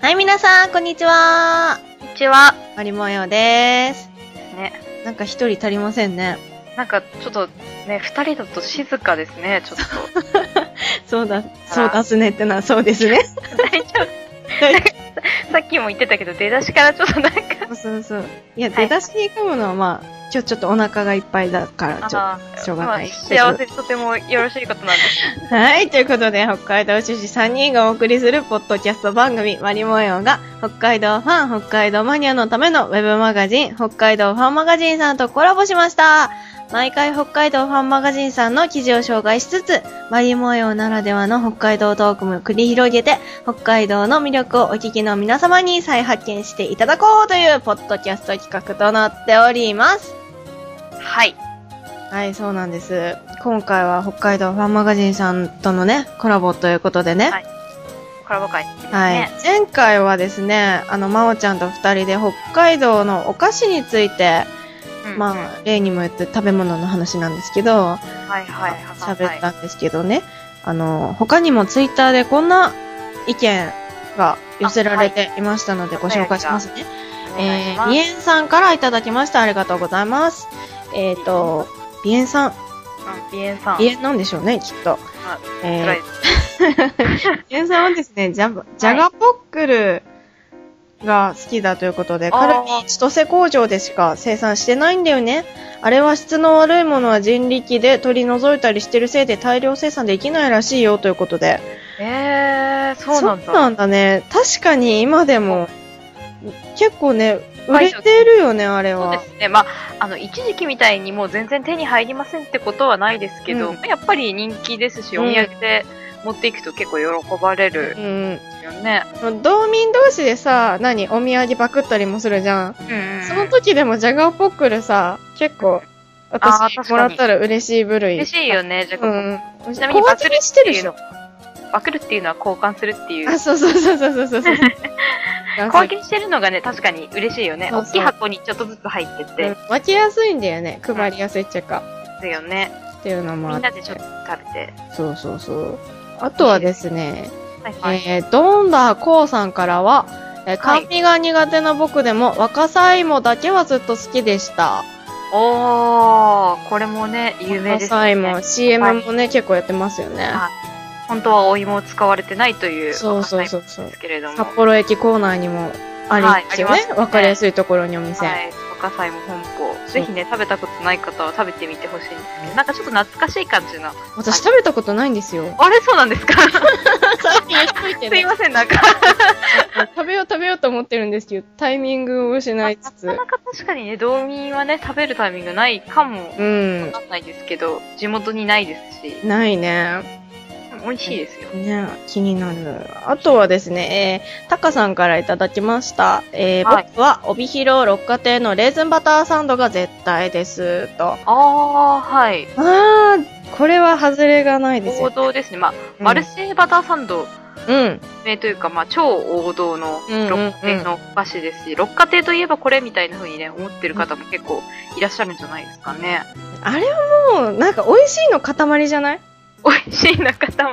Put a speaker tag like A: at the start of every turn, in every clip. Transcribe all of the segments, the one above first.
A: はい、皆さん、こんにちは。
B: こんにちは。
A: マリモヨです。
B: ね。
A: なんか一人足りませんね。
B: なんか、ちょっとね、二人だと静かですね、 ちょっと。
A: そうだ、そうだすねってな、そうですね。
B: 大丈夫。さっきも言ってたけど、出だしからちょっとなんか、
A: そうそうそう。いや、
B: は
A: 出
B: い
A: だしに噛むのはまあ、ちょ、ちょっとお腹がいっぱいだから、ちょっ
B: あー
A: しょうがない
B: まあ幸せでとてもよろしいことなんです。
A: と。はい、ということで、北海道出身3人がお送りするポッドキャスト番組、マリモヨが、北海道ファン、北海道マニアのためのウェブマガジン、北海道ファンマガジンさんとコラボしました。毎回北海道ファンマガジンさんの記事を紹介しつつ、マリモヨならではの北海道トークも繰り広げて、北海道の魅力をお聞きの皆様に再発見していただこうというポッドキャスト企画となっております。
B: はい。
A: はい、そうなんです。今回は北海道ファンマガジンさんとのね、コラボということでね。は。
B: はいいコラボ会ですね。
A: 前回はですね、あの、まおちゃんと二人で北海道のお菓子について、
B: うん
A: まあ、
B: は
A: 例にもよって食べ物の話なんですけど、
B: いはいはいはい。
A: 喋ったんですけどね。あの、他にもツイッターでこんな意見が寄せられていましたので
B: あ
A: ご
B: はい
A: 紹介しますね。
B: お願い
A: え
B: し
A: ー、
B: ます
A: ビエンさんからいただきました。ありがとうございます。えっ、と、ビエンさん、
B: うんビエンさん。
A: ビエンなんでしょうね、きっと。え
B: 辛い
A: ー、
B: です
A: ビエンさんはですね、ジャブジャガポックルが好きだということで、
B: あ
A: カ
B: ー
A: ルビ千歳工場でしか生産してないんだよね。あれは質の悪いものは人力で取り除いたりしてるせいで大量生産できないらしいよということで。
B: えー、そうなん
A: そ
B: だ。
A: うなんだね。確かに今でも、結構ね、売
B: はい
A: れてるよね、あれ
B: そう
A: は
B: で。すね。まあ、あの、一時期みたいにもう全然手に入りませんってことはないですけど、
A: うん
B: やっぱり人気ですし、
A: う
B: お
A: ん
B: 土産で持っていくと結構喜ばれる
A: うん。
B: んですよね。
A: 道民同士でさ、何、お土産パクったりもするじゃん。
B: うん
A: その時でもジャガーポックルさ、結構、
B: あー確か
A: 私
B: に
A: もらったら嬉しい部類。
B: 嬉しいよね、じゃあ、
A: うん。
B: ちなみに
A: 小
B: バ
A: 分
B: ズ
A: け
B: る
A: にして
B: って
A: る
B: い
A: し
B: うの。バクるっていうのは交換するっていう
A: あ、。そうそうそうそう そうそうそう。
B: 小分けにしてるのがね、確かに嬉しいよね。
A: そう
B: 大
A: そう
B: きい箱にちょっとずつ入って
A: う
B: て
A: ん。分けやすいんだよね。配りやすいっていうか、
B: ですよね。
A: っていうのも
B: み
A: あ
B: ん
A: って
B: な。でちょっと食べて。
A: そうそうそう。あとはですね、
B: はいはい。
A: えー、ドンダーコウさんからは、えー、
B: はい
A: 甘味が苦手な僕でも、若さ芋だけはずっと好きでした。
B: おー、これもね、有名
A: 若
B: です
A: さ
B: ね。
A: 芋、CM もね、結構やってますよね。
B: あ本当はお芋を使われてないという。
A: そうそう
B: う。
A: そうそう
B: で。すけれども。
A: 札幌駅構内にもありますよ
B: はいあ
A: ね
B: ります。ね
A: わ、かりやすいところにお店。
B: はい、若菜も本
A: そう
B: 校。ぜひね、食べたことない方は食べてみてほしいんですけど、なんかちょっと懐かしい感じの。
A: 私食べたことないんですよ。
B: あれ、そうなんですか
A: さっき言っといて
B: すい
A: ね。
B: ません、なんか。
A: 食べよう食べようと思ってるんですけど、タイミングを失いつつ
B: な。かなか確かにね、道民はね、食べるタイミングないかも
A: うん。
B: わかんないですけど、地元にないですし、
A: ないね。
B: 美味しいですよ。
A: ね、気になる。あとはですね、えー、タカさんからいただきました。えー
B: はい
A: 僕は帯広六花亭のレーズンバターサンドが絶対です。と。あ
B: ああ、はい。
A: ー、これは外れがないです
B: 王
A: よ。
B: 道ですね。まあ、マルセイバターサンド
A: うん。
B: 名というか、まあ、超王道の
A: うんうんうん
B: 六花亭のお菓子ですし、六花亭といえばこれみたいな風にね、思ってる方も結構いらっしゃるんじゃないですかね。
A: あれはもう、なんか美味しいの塊じゃない
B: 美味しいな、塊。 わ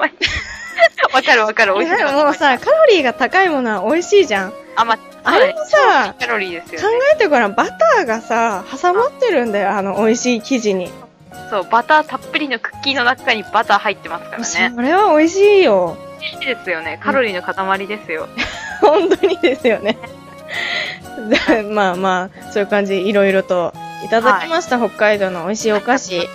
B: かるわかる、美味しいな塊。
A: もうさ、カロリーが高いものは美味しいじゃん。考
B: あ、まあ、
A: あれもさ
B: カロリーですよね。
A: えてごらん、バターがさ、挟まってるんだよ、あの美味しい生地に。
B: そう、バターたっぷりのクッキーの中にバター入ってますから
A: そ
B: ね。
A: れは美味しいよ。
B: 美味しいですよね。カロリーの塊ですよ。
A: 本当にですよね。 でまあまあ、そういう感じ、いろいろといただきました、北海道の美味しいお菓子。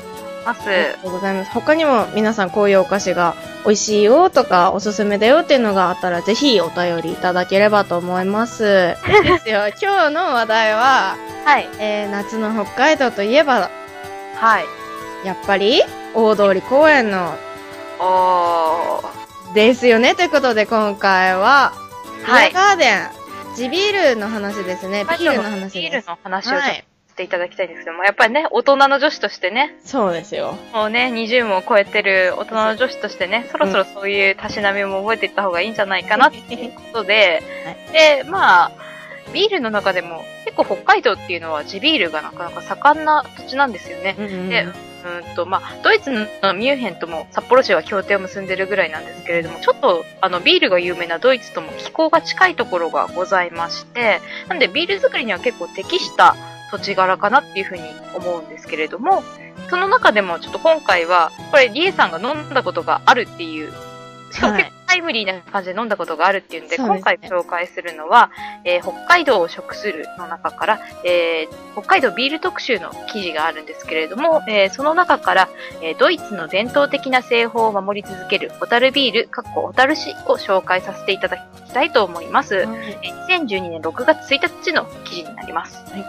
B: ます。
A: ありがとうございます。他にも皆さんこういうお菓子が美味しいよとか、おすすめだよっていうのがあったら、ぜひお便りいただければと思い ます。ですよ。今日の話題は、
B: はい。
A: えー、夏の北海道といえば、
B: はい。
A: やっぱり、大通公園の
B: おー。
A: ですよね。ということで、今回は、ビ
B: は
A: ア
B: い。
A: ガーデン、地ビールの話ですね。ビールの話
B: ビー
A: で
B: ル
A: す。
B: の話をちょっと
A: は
B: し
A: い。
B: ていただきたいんですけども、やっぱりね、大人の女子としてね、
A: そうですよ。
B: もうね、20も超えてる大人の女子としてね、そろそろそういうたしなみも覚えていった方がいいんじゃないかなっていうことで、で、まあ、ビールの中でも結構北海道っていうのは地ビールがなかなか盛んな土地なんですよね。
A: うんうん
B: で、うんと、まあ、ドイツのミュンヘンとも札幌市は協定を結んでるぐらいなんですけれども、ちょっと、あの、ビールが有名なドイツとも気候が近いところがございまして、なんでビール作りには結構適した土地柄かなっていうふうに思うんですけれども、その中でもちょっと今回は、これ、リエさんが飲んだことがあるっていう、しかも
A: はい
B: 結構タイムリーな感じで飲んだことがあるっていうんで、
A: そうです
B: 今
A: ね
B: 回紹介するのは、えー北海道を食するの中から、えー北海道ビール特集の記事があるんですけれども、えーその中から、えードイツの伝統的な製法を守り続ける、ホタルビール、かっこホタル市を紹介させていただきたいと思います。
A: はい
B: えー2012年6月1日の記事になります。
A: はい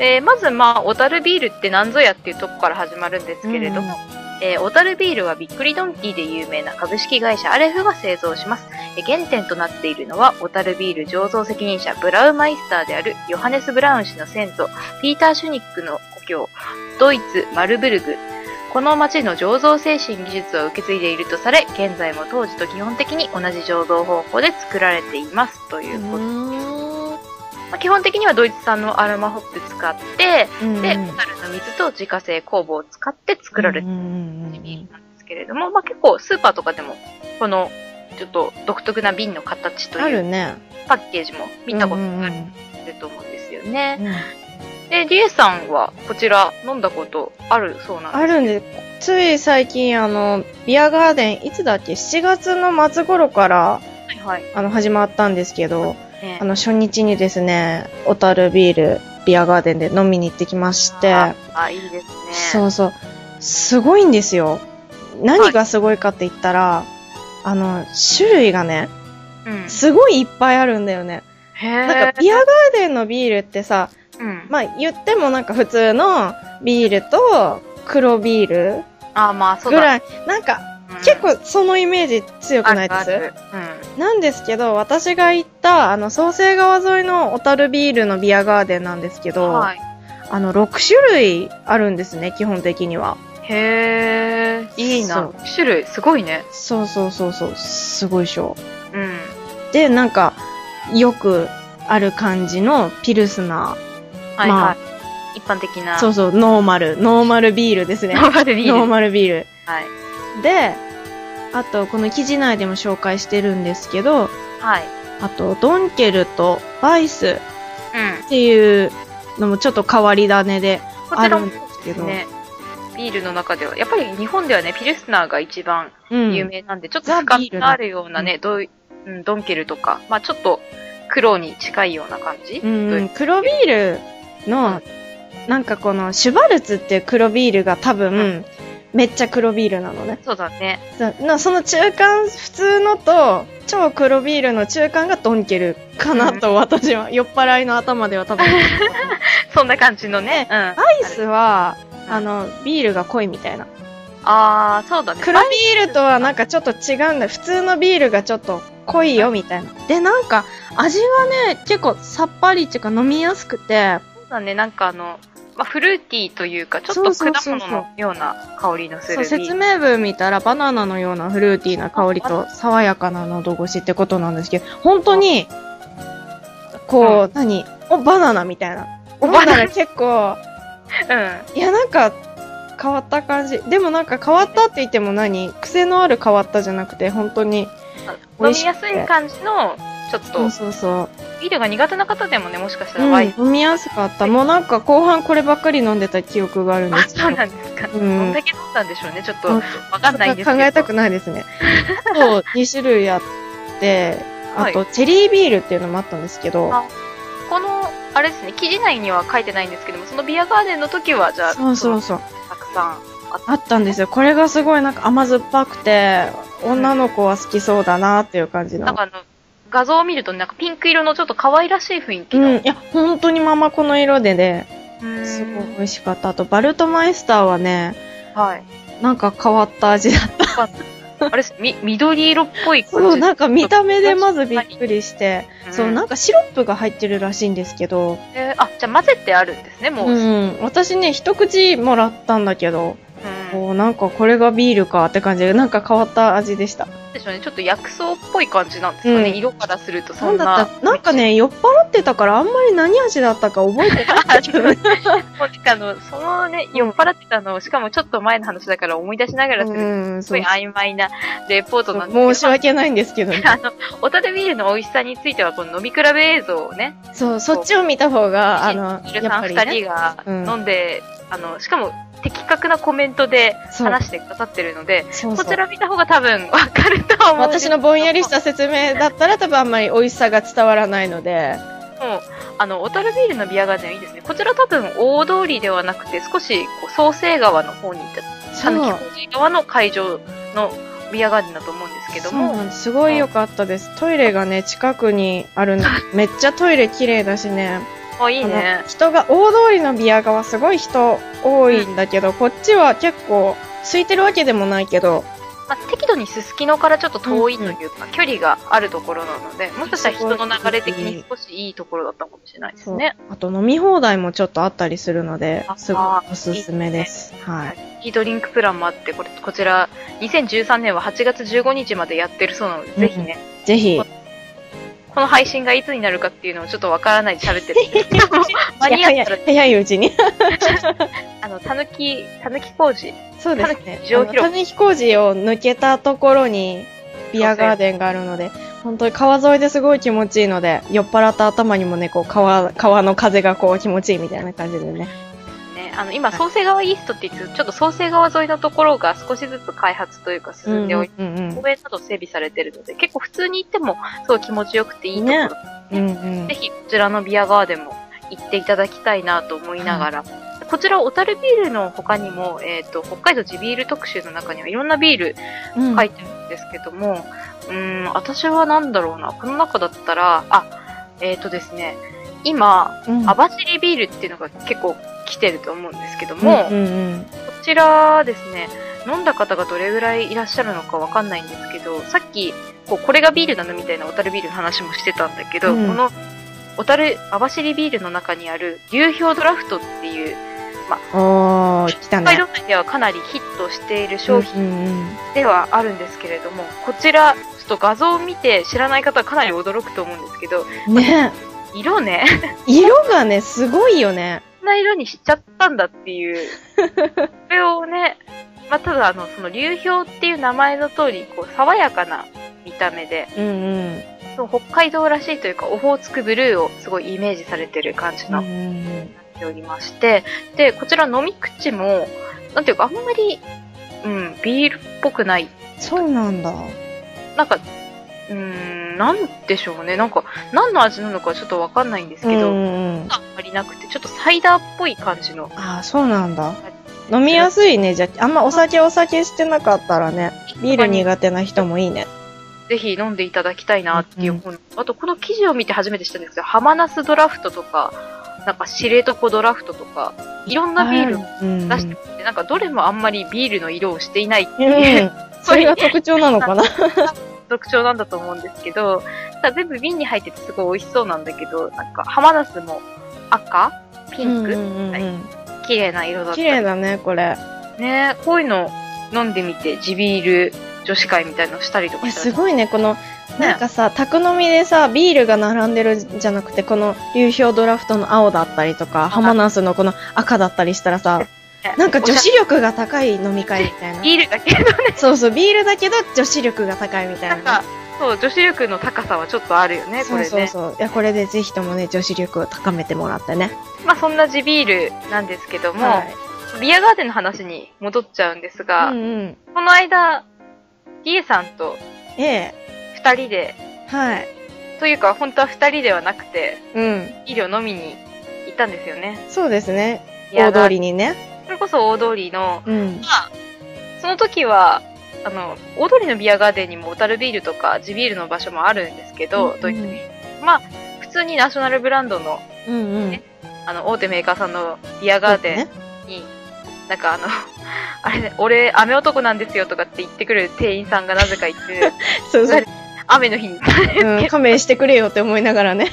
B: えーまず、まあ、小樽ビールって何ぞやっていうとこから始まるんですけれども、えー小樽ビールはびっくりドンキーで有名な株式会社アレフが製造します。えー原点となっているのは、小樽ビール醸造責任者ブラウマイスターであるヨハネス・ブラウン氏の先祖、ピーター・シュニックの故郷、ドイツ・マルブルグ。この町の醸造精神技術を受け継いでいるとされ、現在も当時と基本的に同じ醸造方法で作られています。ということでまあ、基本的にはドイツ産のアロマホップ使って、
A: うん
B: で、ホタルの水と自家製酵母を使って作られて
A: うんうん
B: るビールなんですけれども、まあ、結構スーパーとかでも、この、ちょっと独特な瓶の形と
A: あ
B: い
A: る
B: う
A: ね。
B: パッケージも見たこと
A: うんうん
B: が
A: う
B: あ
A: ん
B: ると思うんですよね。
A: うん
B: で、リエさんはこちら飲んだことあるそうなんです。
A: あるんで、つい最近、あの、ビアガーデン、いつだっけ ?7 月の末頃から、
B: はい、はい。
A: あの、始まったんですけど、
B: ね
A: あの、初日にですね、小樽ビール、ビアガーデンで飲みに行ってきまして、
B: ああ、いいですね。
A: そうそう。すごいんですよ。何がすごいかって言ったら、あの、種類がね、
B: うん。
A: すごいいっぱいあるんだよね。
B: へ
A: なんか、ビアガーデンのビールってさ、
B: うん。
A: まあ、言ってもなんか普通のビールと黒ビール
B: あ、まあ、そう
A: ぐ
B: だ。
A: らい、なんか
B: うん
A: 結構そのイメージ強くないで
B: あるあ
A: す
B: るうん。
A: なんですけど、私が行った、あの、創生川沿いの小樽ビールのビアガーデンなんですけど、
B: はい。
A: あの、6種類あるんですね、基本的には。
B: へえ、いい
A: そ
B: な
A: う。
B: 種類、すごいね。
A: そうそうそうそう、すごいでしょ。
B: うん。
A: で、なんか、よくある感じのピルスナ
B: はいはい。
A: まあ
B: 一般的
A: ー。
B: な。
A: そううそう、ノーマル。ノーマルビールですね。
B: ノーマルビール。
A: ノーマルビール。
B: はい。
A: で、あと、この記事内でも紹介してるんですけど、
B: はい。
A: あと、ドンケルとバイス
B: うん。
A: っていうのもちょっと変わり種で
B: こ
A: あ
B: ちら
A: るん
B: も
A: で
B: です
A: けど、
B: ね、ビールの中では、やっぱり日本ではね、ピルスナーが一番
A: うん、
B: 有名なんで、ちょっと深みのあるようなね、どういうん、ドンケルとか、まあちょっと黒に近いような感じ。
A: うん、黒ビールの、なんかこの、シュバルツっていう黒ビールが多分、めっちゃ黒ビールなのね。
B: そうだね。
A: そのその中間、普通のと、超黒ビールの中間がドンケルかなと、私は、酔っ払いの頭では多分。
B: そんな感じのね。うん。ア
A: アイ
B: イ
A: スは、
B: うん
A: あの、ビールが濃いみたいな。
B: あー、そうだね。
A: 黒ビールとはなんかちょっと違うんだ。普通のビールがちょっと濃いよみたいな。で、なんか、味はね、結構さっぱりっていうか飲みやすくて、
B: そうだね、なんかあの、まあ、フルーティーというか、ちょっ
A: そう
B: と
A: そう
B: 果
A: そうそう
B: 物のような香りのす
A: そ
B: る
A: う、
B: ビー
A: 説
B: ル。
A: 明文見たらバナナのようなフルーティーな香りと爽やかな喉越しってことなんですけど、本当に、こう、何お、バナナみたいな。
B: お
A: 飲んだ
B: バナ
A: ら結構、
B: う
A: いや、なんか、変わった感じ。でもなんか変わったって言っても何癖のある変わったじゃなくて、本当に。
B: ん。飲みやすい感じの、ちょっ
A: そう
B: と、
A: そうそう。
B: ビールが苦手な方でもね、もしかしたら
A: う
B: ワイ
A: ん
B: ン、、
A: 飲みやすかった。もうなんか後半こればっかり飲んでた記憶があるんで
B: あ、
A: すけ
B: そう
A: ど。
B: なんですか。
A: う
B: ど
A: ん
B: んだけ飲んだんでしょうね、ちょっと、
A: うん
B: わかんないんですけど。
A: 考えたくないですね。そう、2種類あって、あと、
B: は
A: チェリービールっていうのもあったんですけど、
B: あこの、あれですね、記事内には書いてないんですけども、そのビアガーデンの時は、じゃあ、
A: そうそうそう。
B: たくさんあった。
A: あったんですよ。これがすごいなんか甘酸っぱくて、女の子は好きそうだなっていう感じ
B: なん
A: の
B: か。あの、画像を見ると、なんかピンク色のちょっと可愛らしい雰囲気
A: う
B: の。
A: ん、いや、本当にままこの色でね、
B: うん
A: すごい美味しかった。あと、バルトマイスターはね、
B: はい。
A: なんか変わった味だった。
B: あれです、み、緑色っぽい感じ。
A: そう、なんか見た目でまずびっくりして、
B: うん
A: そう、なんかシロップが入ってるらしいんですけど、
B: えーあ、じゃあ混ぜてあるんですね、も
A: う
B: う。うん。
A: ん、私ね、一口もらったんだけど、
B: うん
A: おーなんかこれがビールかって感じで、なんか変わった味でした。
B: でしょうね、ちょっと薬草っぽい感じなんですかね、
A: うん
B: 色からするとそ
A: なんんだ
B: な。
A: ったなんかね、酔っ払ってたからあんまり何味だったか覚 えてないんだけどね。
B: もうしかも、そのね、酔っ払ってたのを、しかもちょっと前の話だから思い出しながらする、
A: うん、
B: す
A: そ
B: ご
A: う
B: い。曖昧なレポートなんですけど、
A: 申し訳ないんです けどね。
B: あの、オタルビールの美味しさについては、この飲み比べ映像をね、
A: そう、そっちを見た方が、あの、
B: ミル
A: や
B: さ
A: っ
B: ん
A: ぱり
B: 二
A: ね。
B: 人が
A: うん
B: 飲んで、あの、しかも的確なコメントで
A: そう
B: 話してくださってるので、
A: そう
B: こ
A: そ
B: ち
A: う。
B: ら見た方が多分わかると思うんです
A: 私のぼんやりした説明だったら多分あんまり美味しさが伝わらないので、
B: もう、あの、小樽ビールのビアガーデンいいですね。こちら多分大通りではなくて、少し、こう、創成川の方に行った、
A: そ
B: たぬき
A: う。
B: 工事側の会場のビアガーデンだと思うんですけど
A: そうな
B: も、
A: んですすごい良かったです。トイレがね、近くにあ るんで、めっちゃトイレ綺麗だしね。
B: あ、いい
A: あ
B: ね
A: の。人が、大通りのビアガはすごい人多いんだけど、こっちは結構、空いてるわけでもないけど、
B: まあ、適度にすすきのからちょっと遠いというか、距離があるところなので、もしかしたら人の流れ的に少しいいところだったかもしれないですね。
A: あと飲み放題もちょっとあったりするので、
B: あ
A: すごいおすすめです。はい。
B: いいドリンクプランもあって、これ、こちら、2013年は8月15日までやってるそうなので、ぜひね、
A: ぜひ、
B: この配信がいつになるかっていうのをちょっとわからないで喋ってる んですけど間に合ったら、
A: 早いうちに。
B: あの、たぬき、たぬき工事。
A: そうです ね。
B: 狸城広場
A: 谷飛行時を抜けたところに、ビアガーデンがあるので、本当に川沿いですごい気持ちいいので、酔っ払った頭にもね、こう川、川の風がこう気持ちいいみたいな感じでね。
B: ね、あの、今、創生川イーストって言って、ちょっと創生川沿いのところが少しずつ開発というか進んでおり、
A: うんうん
B: 公園など整備されてるので、結構普通に行っても、すごい気持ちよくていいところ。
A: うん。うんうん
B: ぜ。ひ、こちらのビアガーデンも行っていただきたいなと思いながら、こちら、小樽ビールの他にも、えっ、と、北海道地ビール特集の中にはいろんなビール
A: うん
B: 書いてるんですけども、うーん、私はなんだろうな、この中だったら、あ、えっ、とですね、今、
A: うん
B: 網走ビールっていうのが結構来てると思うんですけども、
A: うんうん
B: こちらですね、飲んだ方がどれぐらいいらっしゃるのかわかんないんですけど、さっき、こうこれがビールなのみたいな小樽ビールの話もしてたんだけど、
A: うん
B: この小樽網走ビールの中にある流氷ドラフトってい
A: う
B: う、
A: ん。おー、来た
B: 北海
A: ね
B: 道。内ではかなりヒットしている
A: うん
B: 商
A: う
B: 品
A: ん
B: ではあるんですけれども、こちら、ちょっと画像を見て知らない方はかなり驚くと思うんですけど、
A: うん。ね
B: 色ね、
A: 色がね、すごいよね。
B: こんな色にしちゃったんだっ ていう。これをね、まあ、ただあの、その流氷っていう名前の通り、こう、爽やかな見た目で、
A: うんうん。
B: その北海道らしいというか、オホーツクブルーをすごいイメージされてる感じ
A: うんう
B: の
A: ん
B: っておりまして、で、こちら飲み口も、なんていうか、あんまり、うん、ビールっぽくない
A: そうなんだ。
B: なんか、うーん、なんでしょうね。なんか、何の味なのかちょっとわかんないんです
A: うん
B: け
A: う
B: ど、
A: んうん。
B: あんまりなくて、ちょっとサイダーっぽい感じの。
A: ああ、そうなんだ。飲みやすいね。じゃあ、あんまお酒お酒してなかったらね、ビール苦手な人もいいね。
B: ぜひ飲んでいただきたいなっていう本。あと、この記事を見て初めて知ったんですけど、ハマナスドラフトとか、なんか、知床ドラフトとか、いろんなビールを
A: うん。
B: 出してきて、なんか、どれもあんまりビールの色をしていないって
A: う
B: いう、
A: ん。それが特徴なのかな。
B: 特徴なんだと思うんですけど、ただ全部瓶に入っててすごい美味しそうなんだけど、なんか、ハマナスも赤ピンク、
A: うんうん
B: は
A: うん
B: 綺麗な色だった
A: 綺
B: り
A: 麗だね、これ。
B: ねこういうの飲んでみて、地ビール女子会みたいのしたりと
A: い
B: か
A: や、
B: した
A: す
B: ら、
A: ごいね、この、なんかさ、宅飲みでさ、ビールが並んでるじゃなくて、この流氷ドラフトの青だったりとか、ハマナスのこの赤だったりしたらさ、
B: ね
A: なんか女
B: おし
A: 子力が高い飲み会みたい
B: ゃ
A: な
B: れ。ビールだけど、
A: そうそう、ビールだけど女子力が高いみた
B: ないん
A: な
B: か
A: ね。、
B: そう、女子力の高さはちょっとあるよね、こ
A: そう
B: れ
A: そう
B: ね。
A: そう。いや、これでぜひともね、女子力を高めてもらってね。
B: まあ、そんな地ビールなんですけども、
A: はい
B: ビアガーデンの話に戻っちゃうんですが、
A: うんうん。
B: この間、リエさんと
A: ええ。
B: 二人で、
A: はい。
B: というか、本当は二人ではなくて、
A: うん。
B: ビールを飲みに行ったんですよね。
A: そうですね。
B: ビア
A: 大
B: ガ
A: 通
B: ーデ
A: り
B: ン
A: にね。
B: それこそ大通りの、
A: うん。
B: その時は、あの、大通りのビアガーデンにも小樽ビールとか地ビールの場所もあるんですけど、
A: うん
B: どういったまあ、普通にナショナルブランドの、
A: うんうん
B: ね。あの、大手メーカーさんのビアガーデンに、なんかあの、 あれ、俺、雨男なんですよとかって言ってくる店員さんがなぜ かいて、
A: そうそう。
B: 雨の日に、
A: うん。勘弁してくれよって思いながらね。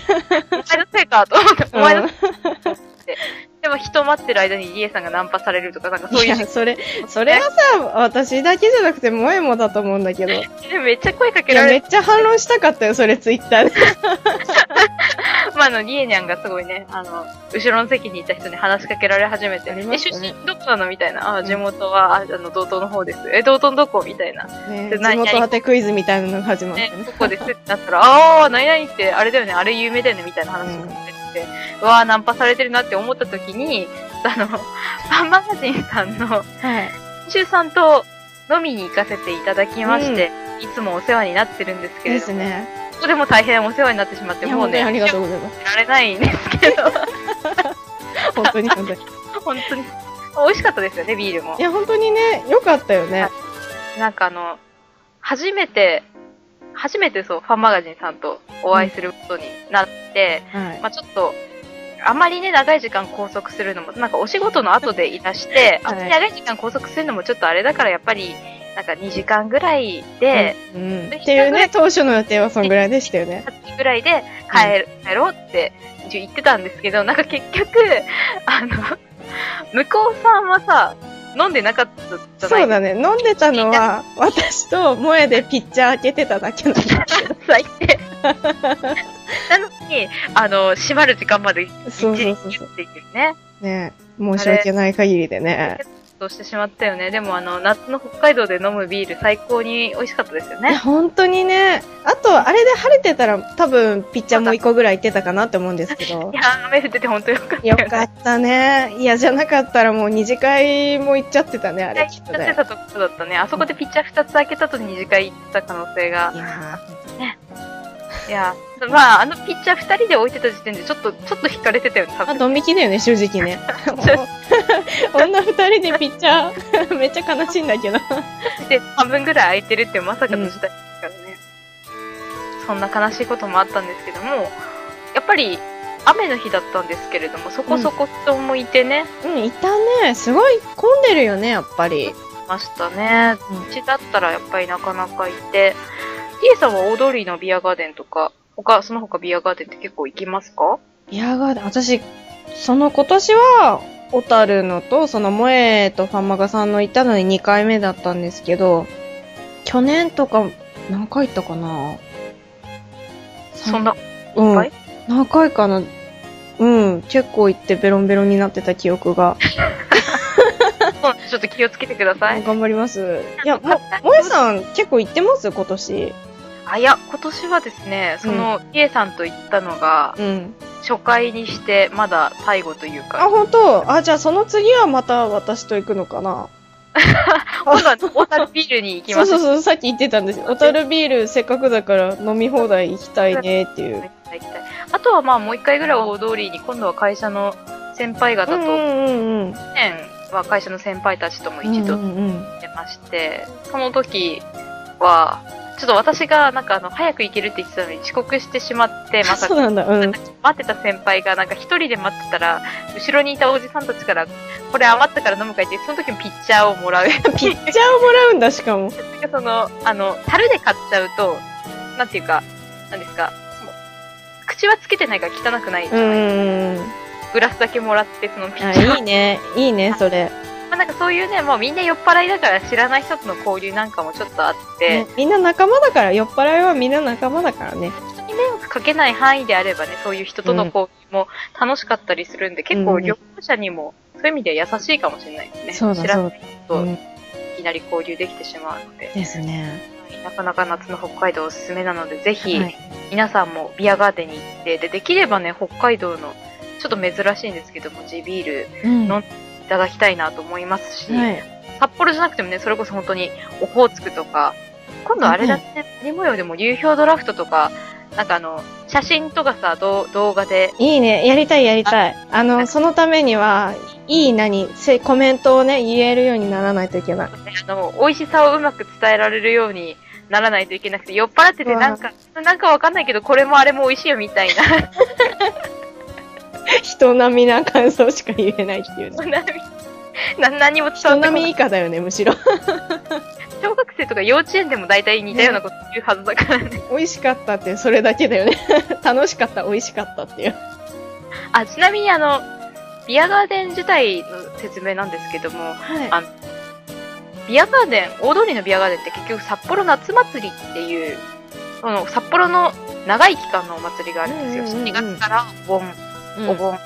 B: お前のせいかと思って、お前のせいかって。でも人待ってる間にリエさんがナンパされるとか、なんかそ
A: い
B: ういう
A: や、
B: 事
A: それ、それはさ、私だけじゃなくて、萌えもだと思うんだ けど。い
B: 件でめっちゃ声かけ
A: や、
B: ら
A: め
B: れ、
A: ってちゃ反論したかったよ、それ、ツイッタ ーで。
B: まあ、あの、リエニャンがすごいね、あの、後ろの席にいた人に話しかけられ始めて、
A: ありま
B: え、
A: し
B: 出
A: たね
B: 身どこなのみたいな。あ、
A: うん
B: 地元は、ああの、道東の方です。え、道東どこみたいな。
A: ね、
B: で
A: 地
B: 何々
A: 元当てクイズみたいなのが始まって
B: ね
A: ね。、
B: ここですってなったら、あー、何々って、あれだよね、あれ有名だよね、みたいな話になってて、うわー、ナンパされてるなって思った時に、あの、パンマガジンさんの、
A: はい。
B: 編集さんと飲みに行かせていただきまして、いつもお世話になってるんですけれ
A: で
B: ど
A: す
B: も、
A: ね。
B: ここでも大変お世話になってしまっ
A: い
B: て、
A: や、
B: もう
A: 本当
B: ね、
A: にありがとう
B: う。
A: ございます。
B: られないんですけど、
A: 本 当に本当に。
B: 本当に。美味しかったですよね、ビールも
A: い。や、本当にね、良かったよね
B: は。なんかあの、初めて、初めてそう、ファンマガジンさんとお会いすることになって、
A: はい。
B: まあちょっと、あまりね、長い時間拘束するのも、なんかお仕事の後でいらして、あんまり長い時間拘束するのもちょっとあれだから、やっぱり、なんか2時間ぐらいで、
A: うん。っていうね、当初の予定はそんぐらいでしたよね。
B: 8時ぐらいで帰る、帰ろうって言ってたんですけど、なんか結局、あの、向こうさんはさ、飲んでなかったじゃな
A: そ
B: いう
A: だね。飲んでたのは、私と萌えでピッチャー開けてただ けなんだけど。
B: 最 低。なのに、あの、閉まる時間まできっ
A: そう
B: ち
A: そ
B: り
A: うそう
B: 切
A: そう。
B: っていうね。
A: ね申し訳ない限りでね。
B: そうしてしまったよね。でもあの、夏の北海道で飲むビール最高に美味しかったですよ
A: い や、
B: ね。
A: 本当にね。あと、あれで晴れてたら、多分、ピッチャーもう一個ぐらい行ってたかなって思うんですけど
B: い。やー、雨降ってて本当よかった
A: よ
B: よね。
A: かったね。いや、じゃなかったらもう二次会も行っちゃってたね、あれ、き
B: 行
A: っ
B: っ
A: と
B: ちゃって
A: ね。
B: たとこだったね。あそこでピッチャー2つ開けたと二次会行った可能性が
A: い。やー
B: いやー、まあ、あのピッチャー2人で置いてた時点でちょっと、ちょっと引かれてたよね、多
A: まあ、
B: 分。
A: ドン引きだよね、正直 ね。女二人でピッチャー、 めっちゃ悲しいんだ けど。
B: で、半分ぐらい空いてるってまさかの事態ですからね。そんな悲しいこともあったんですけども、やっぱり雨の日だったんですけれども、そこそこ人もいてね、
A: うん、いたね。すごい混んでるよね、やっぱり。
B: ましたね。
A: うん
B: うちだったらやっぱりなかなかいて、リエさんは大通りのビアガーデンとか、他、その他ビアガーデンって結構行きますか
A: ビアガーデン、私、その今年は、小樽のと、その萌えとファンマガさんの行ったのに2回目だったんですけど、去年とか、何回行ったかな
B: そんな、いっ
A: うん
B: ぱい、
A: 何回かなうん、結構行ってベロンベロンになってた記憶が。
B: そうちょっと気をつけてください。
A: 頑張り ます。いや、も、萌えさん結構行ってます今年。
B: あ、いや、今年はですね、その、リエさんと行ったのが、
A: うん。
B: 初回にして、まだ最後という
A: あ、
B: か、
A: 本当あ、じゃあその次はまた私と行くのかな
B: 今度は小樽ビールに行き
A: そう
B: ます。
A: そうそう、さっき言ってたんですよ。小樽ビールせっかくだから飲み放題行きたいねっていう。
B: あとはまあもう一回ぐらい大通りに、今度は会社の先輩方
A: うん
B: と、
A: うん
B: 去
A: うんうん。
B: 年は会社の先輩たちとも一度
A: うんうんうん。
B: ってまして、その時は、ちょっと私がなんかあの、早く行けるって言ってたのに遅刻してしまって、まさ
A: そう
B: か
A: なんだ、うん。
B: 待ってた先輩がなんか一人で待ってたら、後ろにいたおじさんたちから、これ余ったから飲むかいって、その時にピッチャーをもらう。
A: ピ ッチャーをもらうんだ、しかも。
B: なんかその、あの、樽で買っちゃうと、なんていうか、なんですか、もう口はつけてないから汚くないじ
A: う
B: ゃない、
A: ん。
B: グラスだけもらって、そのピッチャー
A: あ、いいね。いいね、それ。
B: まあなんかそういうね、もうみんな酔っ払いだから知らない人との交流なんかもちょっとあって、
A: ねみんな仲間だから、酔っ払いはみんな仲間だからね。
B: 人に迷惑かけない範囲であればね、そういう人との交流も楽しかったりするんで、結
A: う
B: 構
A: ん
B: 旅行者にも、そういう意味では優しいかもしれないですね。
A: そうだ
B: 知ら
A: そ
B: な
A: う
B: い人
A: だ。
B: と
A: う
B: い
A: ん
B: きなり交流できてしまうので、
A: ですね。
B: なかなか夏の北海道おすすめなので、ぜひ
A: はい
B: 皆さんもビアガーデンに行って、で、できればね、北海道の、ちょっと珍しいんですけども、地ビール
A: うん
B: 飲んでいただきたいなと思いますし、
A: はい。
B: 札幌じゃなくてもね、それこそ本当にオホーツクとか、今度あれだね、何模様でも流氷ドラフトとか、なんかあの、写真とかさ、どう動画で、
A: いいね。やりたい、やりたい。あの、そのためには、いい何、せコメントをね、言えるようにならないといけない。
B: あの、美味しさをうまく伝えられるようにならないといけなくて、酔っ払ってて
A: うわ
B: なんか、なんかわかんないけど、これもあれも美味しいよみたいな、
A: 人並みな感想しか言えないっていうね。
B: な何も伝わ
A: 人
B: って
A: 並
B: こな
A: み
B: い。
A: 以下だよね、むしろ。
B: 小学生とか幼稚園でも大体似たようなこと言うはずだからね。
A: 美味しかったって、 それだけだよね。楽しかった、美味しかったっていう。
B: あ、ちなみにあの、ビアガーデン自体の説明なんですけども、
A: はい
B: あビアガーデン、大通りのビアガーデンって結局札幌夏祭りっていう、その札幌の長い期間のお祭りがあるんですよ。
A: うんうんうん
B: 7月からお盆、お盆、うん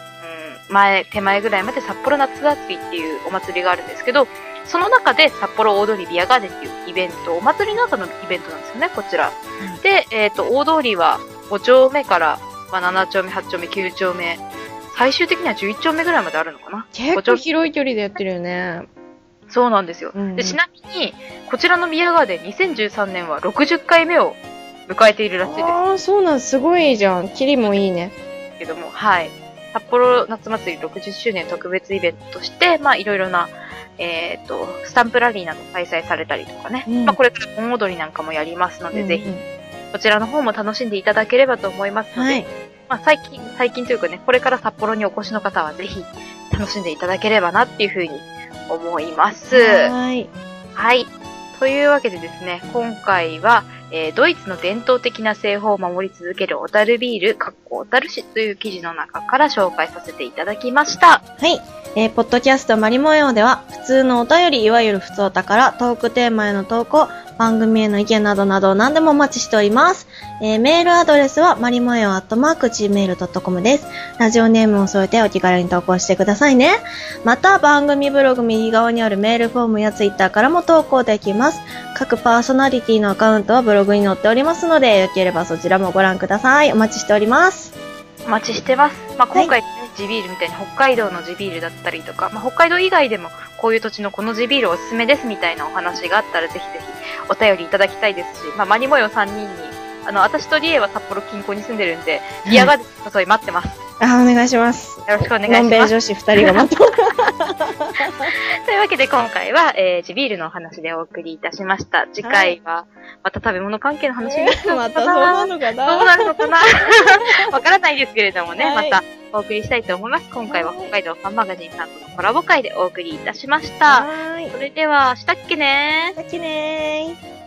B: 前、手前ぐらいまで札幌夏祭りっていうお祭りがあるんですけど、その中で札幌大通りビアガーデンっていうイベント、お祭りの中のイベントなんですよね、こちら。
A: うん
B: で、えっ、と、大通りは5丁目から、まあ、7丁目、8丁目、9丁目、最終的には11丁目ぐらいまであるのかな。
A: 結構広い距離でやってるよね。
B: そうなんですよ。
A: うん
B: でちなみに、こちらのビアガーデン2013年は60回目を迎えているらしいで
A: ああ、そうなん、すごいじゃん。キリもいいね。
B: すけども、はい。札幌夏祭り60周年特別イベントとして、まあいろいろな、えっ、と、スタンプラリーなど開催されたりとかね。
A: うん
B: まあこれから盆踊りなんかもやりますので、ぜひ、こちらの方も楽しんでいただければと思いますので、
A: はい。
B: まあ最近、最近というかね、これから札幌にお越しの方はぜひ楽しんでいただければなっていうふうに思います。
A: はい。
B: はい。というわけでですね、今回は、えードイツの伝統的な製法を守り続けるオタルビール、かっこオタル市という記事の中から紹介させていただきました。
A: はい。えーポッドキャストマリモエオでは、普通のお便り、いわゆる普通おたから、トークテーマへの投稿、番組への意見などなど何でもお待ちしております。えーメールアドレスは、マリモエオアットマーク Gmail.com です。ラジオネームを添えてお気軽に投稿してくださいね。また、番組ブログ右側にあるメールフォームやツイッターからも投稿できます。各パーソナリティのアカウントはブログに載っておりますので、よければそちらもご覧ください。お待ちしております。
B: お待ちしてます。まあ、
A: はい
B: 今回ね、地ビールみたいに北海道の地ビールだったりとか、まあ、北海道以外でもこういう土地のこの地ビールおすすめですみたいなお話があったらぜひぜひお便りいただきたいですし、まあ、マニモヨ3人に、あの、私とリエは札幌近郊に住んでるんで、ビアガーデンの誘い待ってます。よ
A: あ、お願いします。
B: ろしくお願いします。
A: 南米女子二人が待ってます。
B: というわけで今回は、えー、地ビールのお話でお送りいたしました。次回は、また食べ物関係の話になるのかな、
A: またそうなのか
B: どう
A: な
B: なるのか なわからないですけれどもね、
A: はい
B: またお送りしたいと思います。今回は北海道ファンマガジンさんとのコラボ会でお送りいたしました。
A: はーい。
B: それでは、したっけね
A: さっきねー。